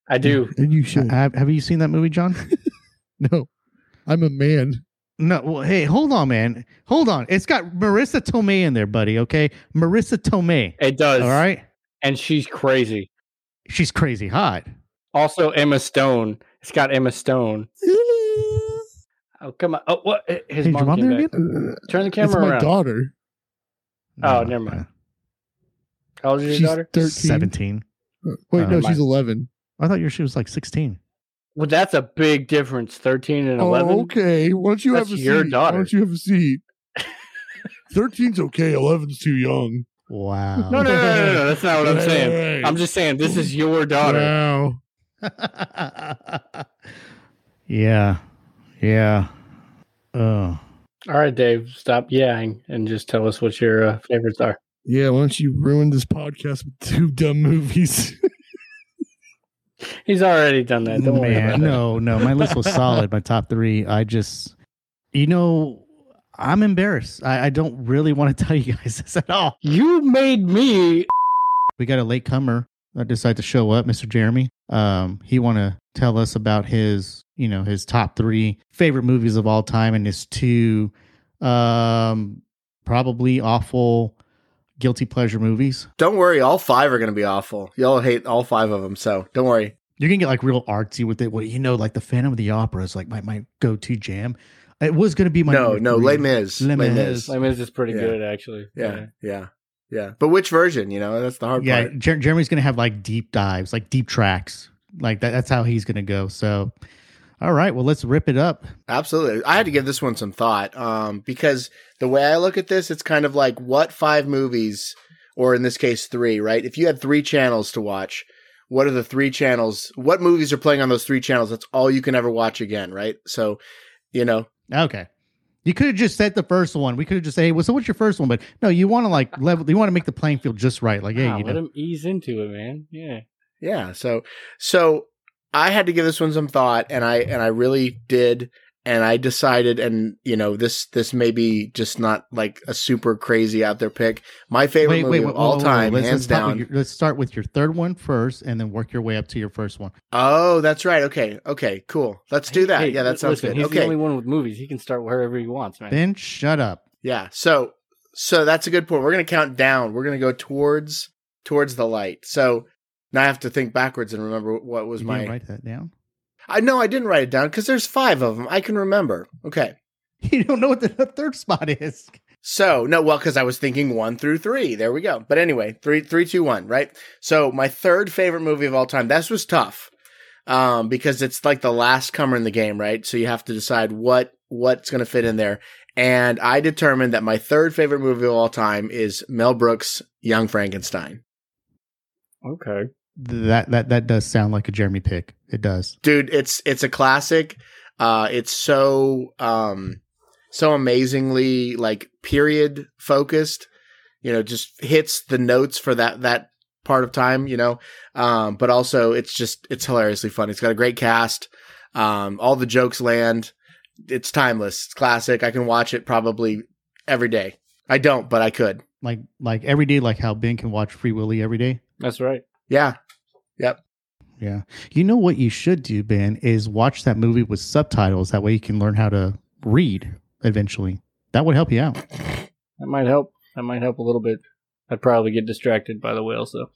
C: I do.
A: And you should.
B: Have, have you seen that movie, John?
A: No. I'm a man.
B: No, well, hey, hold on, man. Hold on. It's got Marissa Tomei in there, buddy. Okay, Marissa Tomei.
C: It does.
B: All right,
C: and she's crazy.
B: she's crazy hot.
C: Also, Emma Stone. It's got Emma Stone. Oh come on! Oh, what? His
B: Hey,
C: mom,
B: your mom
C: came
B: there
C: back.
B: again?
A: It's
C: Turn the camera
A: my
C: around.
A: daughter.
C: Oh, never mind. How old is your
A: She's
C: daughter?
A: 13.
B: Seventeen.
A: Wait, no,
B: Uh,
A: she's 11.
B: I thought your she was like sixteen.
C: Well, that's a big difference. Thirteen and eleven.
A: Oh, okay. Why don't you
C: That's
A: have a
C: your
A: seat?
C: daughter.
A: Why don't you have a seat? 13's okay. 11's too young.
B: Wow.
C: No, no, no, no, no, no. Oh, That's not what I'm
A: Right,
C: saying.
A: right, right.
C: I'm just saying this is your daughter.
A: Wow.
B: yeah, yeah. Oh,
C: All right, Dave, stop yapping and just tell us what your uh, favorites are.
A: Yeah, why don't you ruin this podcast with two dumb movies?
C: He's already done that. Don't worry about
B: man.
C: it.
B: No, no. My list was solid. My top three. I just, you know, I'm embarrassed. I, I don't really want to tell you guys this at all.
C: You made me.
B: we got a late comer that decided to show up, Mr. Jeremy. Um, he want to tell us about his, you know, his top three favorite movies of all time and his two um, probably awful guilty pleasure movies.
E: Don't worry, all five are going to be awful. Y'all hate all five of them, so don't worry.
B: You can get like real artsy with it. Well, you know, like the Phantom of the Opera is like my, my go to jam. It was going to be my
E: no,
B: number
E: no,
B: three.
E: Les Mis.
B: Les
E: Les Mis.
B: Mis.
C: Lame is is pretty
E: Yeah.
C: good actually.
E: Yeah, yeah, yeah. But which version? You know, that's the hard
B: Yeah,
E: part.
B: Jer- Jeremy's going to have like deep dives, like deep tracks, like that. That's how he's going to go. So, all right, well, let's rip it up.
E: Absolutely. I had to give this one some thought um, because the way I look at this, it's kind of like what five movies, or in this case, three, right? If you had three channels to watch, what are the three channels? What movies are playing on those three channels? That's all you can ever watch again, right? So, you know,
B: Okay. You could have just said the first one. We could have just said, hey, well, so what's your first one? But no, you want to like level, you want to make the playing field just right. Like, hey,
C: Wow,
B: you
C: Ah, let
B: know,
C: him ease into it, man. Yeah.
E: yeah. So, so I had to give this one some thought, and I and I really did, and I decided, and you know, this this may be just not like a super crazy out there pick. My favorite movie of
B: wait,
E: all
B: wait, wait,
E: time,
B: let's-
E: hands
B: let's start
E: down.
B: with your- let's start with your third one first and then work your way up to your first one.
E: Oh, that's right. Okay. Okay. Cool. Let's do that.
C: Hey,
E: yeah, that sounds
C: listen,
E: good.
C: He's
E: Okay.
C: the only one with movies. He can start wherever he wants, man.
B: Ben, shut up.
E: yeah. So, so that's a good point. We're going to count down. We're going to go towards, towards the light. So now I have to think backwards and remember what was
B: You
E: my,
B: didn't write that down?
E: I know I didn't write it down because there's five of them. I can remember. Okay.
B: You don't know what the, the third spot is.
E: So no, well, because I was thinking one through three. There we go. But anyway, three, three, two, one. Right. So my third favorite movie of all time. This was tough, um, because it's like the last comer in the game, right? So you have to decide what what's going to fit in there. And I determined that my third favorite movie of all time is Mel Brooks' Young Frankenstein.
C: Okay.
B: That that that does sound like a Jeremy pick. It does.
E: dude it's it's a classic uh it's so um so amazingly like period focused you know just hits the notes for that that part of time you know um but also it's just it's hilariously fun it's got a great cast um all the jokes land it's timeless it's classic i can watch it probably every day i don't but i could
B: Like like every day, like how Ben can watch Free Willy every day.
C: That's right.
E: yeah
B: Yeah. You know what you should do, Ben, is watch that movie with subtitles. That way you can learn how to read eventually. That would help you out.
C: That might help. That might help a little bit. I'd probably get distracted by the whales though.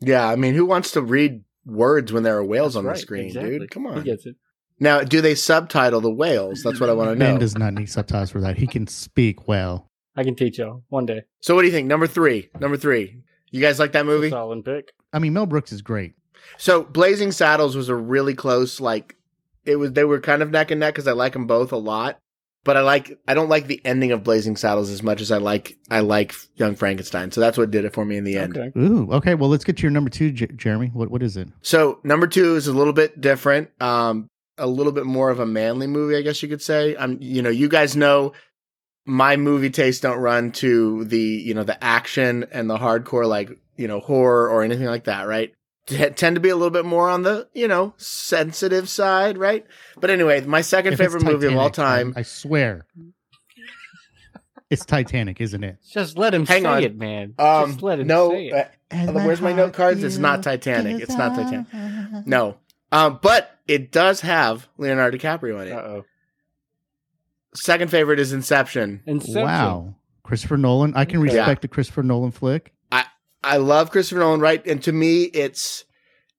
E: yeah i mean who wants to read words when there are whales on the screen dude come
C: He
E: on
C: gets it.
E: Now, do they subtitle the whales? That's what I want to
B: Ben
E: know.
B: does not need subtitles for that. He can speak well.
C: I can teach y'all one day.
E: so, what do you think? Number three. Number three. You guys like that movie?
C: Solid pick.
B: I mean, Mel Brooks is great.
E: So, Blazing Saddles was a really close. Like, it was. They were kind of neck and neck because I like them both a lot. But I like. I don't like the ending of Blazing Saddles as much as I like. I like Young Frankenstein. So that's what did it for me in the end.
C: Okay.
B: Ooh, okay. Well, let's get to your number two, J- Jeremy. What what is it?
E: So number two is a little bit different. Um, a little bit more of a manly movie, I guess you could say. Um, you know, you guys know my movie tastes don't run to the you know the action and the hardcore like you know horror or anything like that, right? T- tend to be a little bit more on the you know sensitive side, right? But anyway, my second
B: If it's
E: favorite movie of all
B: Titanic,
E: time.
B: I, I swear, it's Titanic, isn't it?
C: Just let him
E: Hang
C: say
E: on.
C: it, man.
E: um,
C: Just let him
E: no,
C: say it.
E: uh, where's my note cards? It's not Titanic. It's not Titanic. No, um, but it does have Leonardo DiCaprio in it.
C: Uh-oh.
E: Second favorite is Inception.
C: Inception.
B: Wow, Christopher Nolan. I can
C: Okay.
B: respect the Christopher Nolan flick.
E: I love Christopher Nolan, right? And to me, it's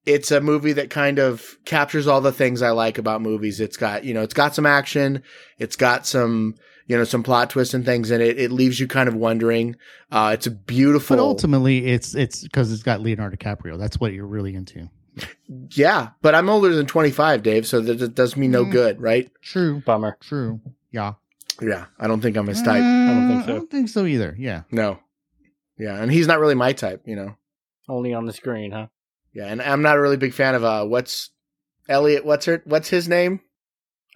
E: it's a movie that kind of captures all the things I like about movies. It's got you know, it's got some action, it's got some you know, some plot twists and things in it. It leaves you kind of wondering. Uh, it's a beautiful,
B: But ultimately, it's it's because it's got Leonardo DiCaprio. That's what you're really into.
E: yeah. But I'm older than 25, Dave, so that that does me no
B: Mm.
E: good, right?
B: True,
C: Bummer.
B: true. Yeah,
E: Yeah, I don't think I'm his type.
B: I
C: don't think so.
B: I don't think so either. Yeah,
E: No, yeah, and he's not really my type, you know.
C: Only on the screen, huh?
E: Yeah, and I'm not a really big fan of uh, what's Elliot? What's her? What's his name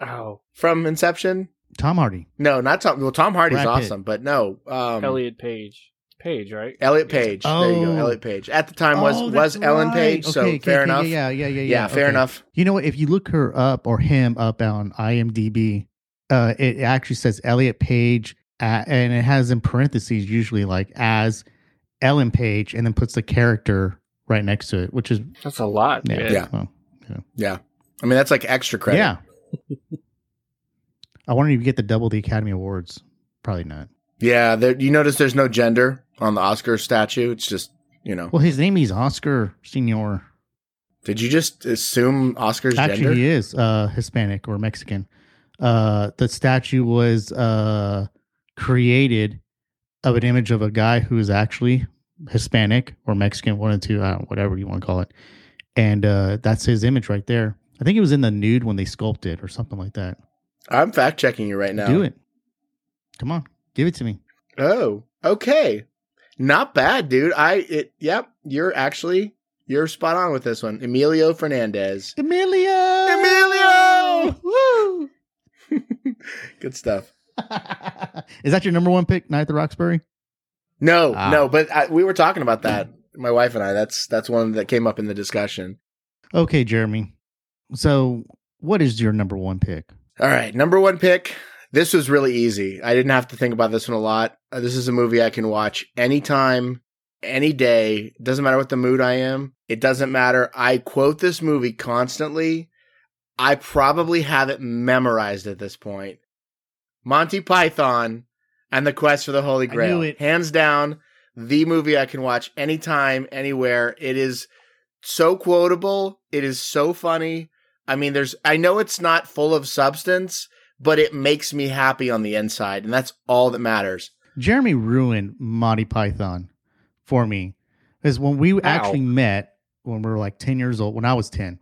C: Oh,
E: from Inception?
B: Tom Hardy.
E: No, not Tom. Well, Tom Hardy's
B: Brad Pitt.
E: awesome, but no, um, Elliot.
C: Elliot Page. Page, right?
E: Page. There you
B: Oh.
E: go, Elliot Page. At the time was
B: Oh,
E: was
B: that's
E: Ellen
B: right.
E: Page, so
B: Okay, okay,
E: fair
B: okay,
E: enough. Yeah,
B: Yeah, yeah, yeah, yeah.
E: fair
B: okay.
E: enough.
B: You know what? If you look her up or him up on IMDb, uh, it actually says Elliot Page, uh, and it has in parentheses usually like as Ellen Page, and then puts the character right next to it, which is
C: That's a lot.
B: yeah,
C: man.
E: Yeah.
B: well,
E: I mean, that's like extra credit.
B: yeah. I wonder if you get to double the Academy Awards. Probably not.
E: Yeah, there, you notice there's no gender on the Oscar statue. It's just you know.
B: Well, his name is Oscar Senior.
E: Did you just assume Oscar's
B: Actually,
E: gender?
B: he is uh, Hispanic or Mexican. Uh, the statue was uh, created of an image of a guy who is actually Hispanic or Mexican, one of the two, I don't know, whatever you want to call it. And uh, that's his image right there. I think it was in the nude when they sculpted or something like that.
E: I'm fact checking you right now.
B: Do it. Come on, give it to me.
E: Oh, okay. Not bad, dude. I it yep, you're actually you're spot on with this one. Emilio Fernandez.
B: Emilio.
E: Emilio!
B: Woo!
E: Good stuff.
B: is that your number one pick, Night at the Roxbury?
E: No,
B: Ah.
E: no, but I, we were talking about that. My wife and I. That's that's one that came up in the discussion.
B: Okay, Jeremy. So, what is your number one pick?
E: All right, number one pick. This was really easy. I didn't have to think about this one a lot. Uh, This is a movie I can watch anytime, any day. Doesn't matter what the mood I am. It doesn't matter. I quote this movie constantly. I probably have it memorized at this point. Monty Python and the Quest for the Holy
B: knew
E: Grail.
B: it.
E: Hands down, the movie I can watch anytime, anywhere. It is so quotable. It is so funny. I mean, there's, I know it's not full of substance, but it makes me happy on the inside. And that's all that matters.
B: Jeremy ruined Monty Python for me. Because when we actually met, when we were like 10 years old, when I was 10,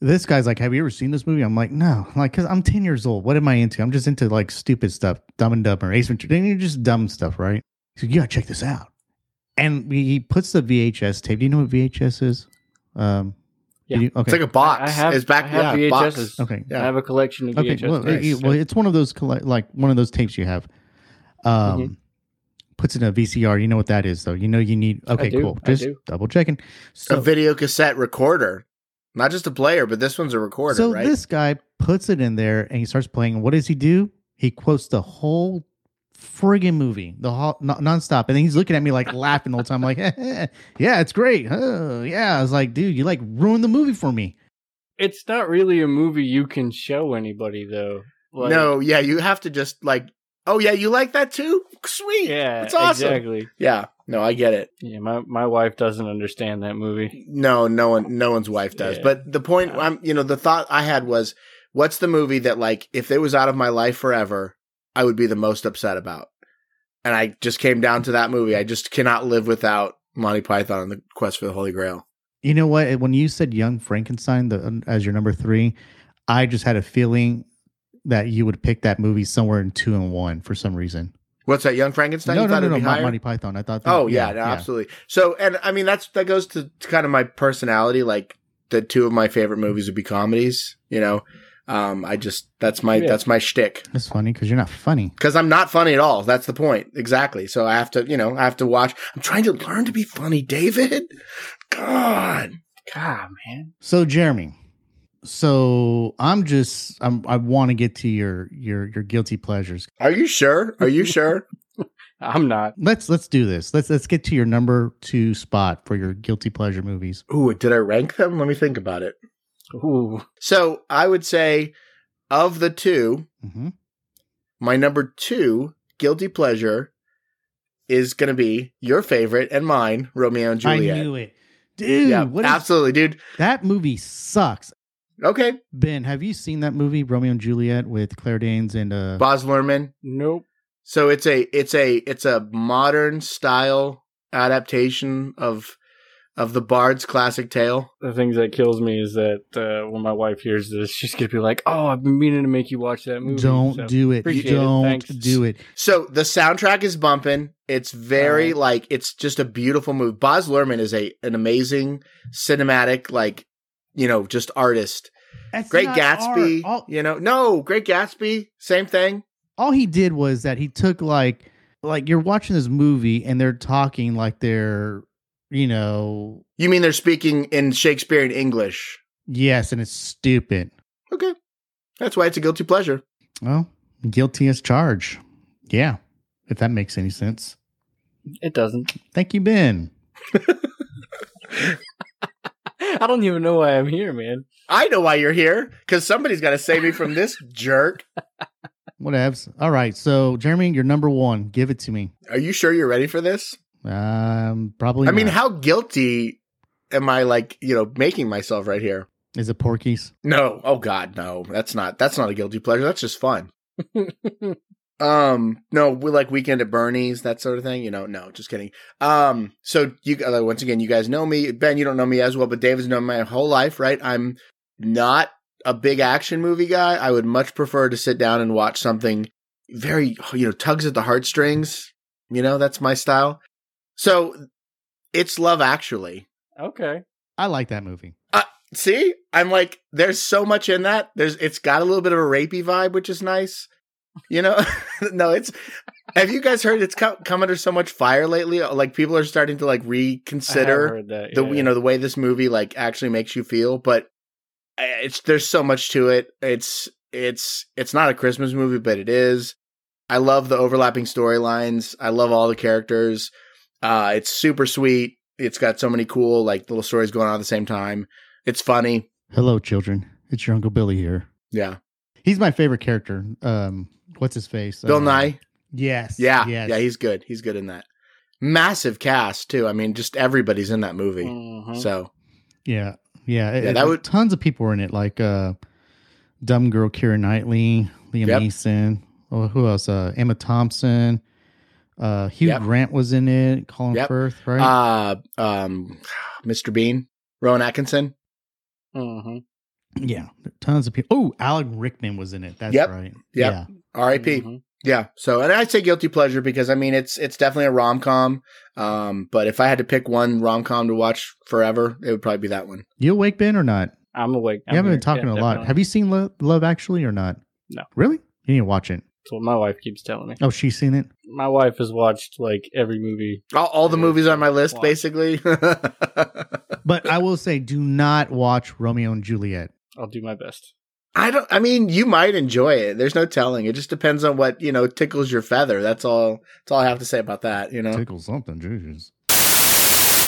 B: this guy's like, Have you ever seen this movie? I'm like, No, like, because I'm 10 years old. What am I into? I'm just into like stupid stuff, dumb and dumber, Ace Ventura, and you're just dumb stuff, right? He's like, You gotta check this out. And we, he puts the VHS tape. Do you know what VHS is? Um,
C: Yeah.
B: you- okay.
E: It's like a box.
C: I have-
E: it's back,
C: I have
E: yeah, box.
C: VHSs.
B: okay.
E: Yeah.
C: I have a collection of
B: Okay,
C: VHS.
B: well, it- it- well, it's one of those colle- like one of those tapes you have. Um,
C: Mm-hmm.
B: puts in a VCR. You know what that is, though. You know you need. Okay,
C: do,
B: cool.
C: I
B: Just
C: do.
B: double checking.
E: a
B: So,
E: video cassette recorder, not just a player, but this one's a recorder,
B: so
E: right?
B: this guy puts it in there and he starts playing. And What does he do? He quotes the whole friggin' movie, the whole non- nonstop, and then he's looking at me like laughing all the time, like, yeah, it's great. Oh, yeah, I was like, dude, you like ruined the movie for me.
C: it's not really a movie you can show anybody though. Like,
E: no, yeah, you have to just like, oh yeah, you like that too? Sweet,
C: yeah,
E: it's awesome.
C: exactly.
E: Yeah, no, I get it.
C: Yeah, my my wife doesn't understand that movie.
E: No, no one, no one's wife does.
C: Yeah.
E: But the point,
C: Yeah.
E: I'm, you know, the thought I had was, what's the movie that like, if it was out of my life forever, I would be the most upset about? And I just came down to that movie. I just cannot live without Monty Python and the Quest for the Holy Grail.
B: You know what? When you said Young Frankenstein the, as your number three, I just had a feeling that you would pick that movie somewhere in two and one for some reason.
E: What's that, Young Frankenstein?
B: no,
E: You
B: no,
E: thought
B: no,
E: it'd
B: no,
E: be
B: Mon-
E: higher?
B: Monty Python. I thought. that-
E: Oh yeah, no, absolutely. So, and I mean that's that goes to, to kind of my personality. Like the two of my favorite movies would be comedies. You know, um, I just that's my
C: Yeah.
E: that's my shtick
B: That's funny because you're not funny.
E: because I'm not funny at all. That's the point exactly. So I have to you know I have to watch. I'm trying to learn to be funny, David. God,
C: God, man.
B: So Jeremy, so I'm just I'm, I want to get to your your your guilty pleasures.
E: are you sure? Are you sure?
C: I'm not.
B: Let's let's do this. Let's let's get to your number two spot for your guilty pleasure movies.
E: Ooh, did I rank them? Let me think about it.
C: Ooh.
E: So I would say of the two,
B: hmm
E: My number two guilty pleasure is going to be your favorite and mine, Romeo and
B: I
E: Juliet.
B: knew it, dude.
E: yeah,
B: what is-
E: absolutely, dude.
B: that movie sucks.
E: Okay,
B: Ben, have you seen that movie Romeo and Juliet with Claire Danes and uh
E: Boz Luhrmann.
C: Nope.
E: So it's a it's a it's a modern style adaptation of of the Bard's classic tale.
C: The things that kills me is that uh, when my wife hears this, she's gonna be like, "Oh, I've been meaning to make you watch that movie."
B: Don't
C: So,
B: do it.
C: appreciate it.
B: Don't
C: Thanks.
B: do it.
E: So the soundtrack is bumping. It's very
C: Alright.
E: like it's just a beautiful movie. Boz Luhrmann is a an amazing cinematic like you know just artist.
B: That's
E: Great
B: not
E: Gatsby,
B: art. All,
E: you know, no Great Gatsby, same thing.
B: all he did was that he took like like you're watching this movie and they're talking like they're you know
E: You mean they're speaking in Shakespearean English?
B: yes and it's stupid.
E: Okay. That's why it's a guilty pleasure.
B: Well, guilty as charged. Yeah, if that makes any sense.
C: It doesn't.
B: Thank you, Ben.
C: I don't even know why I'm here, man.
E: I know why you're here because somebody's got to save me from this jerk.
B: Whatevs. All right. So, Jeremy, you're number one. Give it to me.
E: Are you sure you're ready for this?
B: Um, probably.
E: I mean,
B: not.
E: how guilty am I? Like, you know, making myself right here.
B: is it? Porkies.
E: No, oh God, no. That's not. That's not a guilty pleasure. That's just fun. Um, no, we like Weekend at Bernie's, that sort of thing. You know, no, just kidding. Um, so you uh, once again, you guys know me. Ben, you don't know me as well, but David's known my whole life, right? I'm not a big action movie guy. I would much prefer to sit down and watch something very, you know, tugs at the heartstrings. You know, that's my style. So it's Love Actually.
C: Okay.
B: I like that movie.
E: See, I'm like, there's so much in that. There's, it's got a little bit of a rapey vibe, which is nice. You know, no, it's. Have you guys heard it's come, come under so much fire lately? Like people are starting to like
C: I have
E: reconsider
C: heard that,
E: the
C: yeah.
E: you know the way this movie like actually makes you feel. But I- it's there's so much to it. It's it's it's not a Christmas movie, but it is. I love the overlapping storylines. I love all the characters. Uh, it's super sweet. It's got so many cool like little stories going on at the same time. It's funny.
B: Hello, children. It's your Uncle Billy here.
E: Yeah.
B: He's my favorite character. Um, what's his face?
E: Bill
B: Uh,
E: Nye.
B: Yes.
E: Yeah.
B: Yes.
E: Yeah, he's good. He's good in that. Massive cast too. I mean, just everybody's in that movie.
B: Uh-huh.
C: Mhm.
E: So
B: Yeah, yeah. It,
E: Yeah,
B: it-
E: that would-
B: tons of people were in it, like uh, dumb girl Kira Knightley, Liam
E: Yep.
B: Neeson. Oh, who else? Uh, Emma Thompson. Uh, Hugh
E: Yep.
B: Grant was in it. Colin
E: Yep.
B: Firth, right?
E: uh um Mr. Bean, Rowan Atkinson.
C: Mhm.
B: yeah, tons of people. Oh, Alec Rickman was in it. That's
E: Yep.
B: right.
E: Yep.
B: Yeah,
E: R.I.P.
C: Mhm.
E: Yeah. So and I'd say guilty pleasure because I mean it's it's definitely a rom com. Um, but if I had to pick one rom com to watch forever, it would probably be that one.
B: you awake, Ben, or not?
C: I'm awake.
B: You haven't been talking a lot. Have you seen Lo- Love Actually or not?
C: No.
B: Really? You need to watch it.
C: That's what my wife keeps telling me.
B: Oh, she's seen it.
C: My wife has watched like every movie.
E: All, all the movies on my list,
C: Wow.
E: basically.
B: But I will say, do not watch Romeo and Juliet.
C: I'll do my best.
E: I don't. I mean, you might enjoy it. There's no telling. It just depends on what you know tickles your feather. That's all. That's all I have to say about that. You know.
B: Tickle something, Jesus.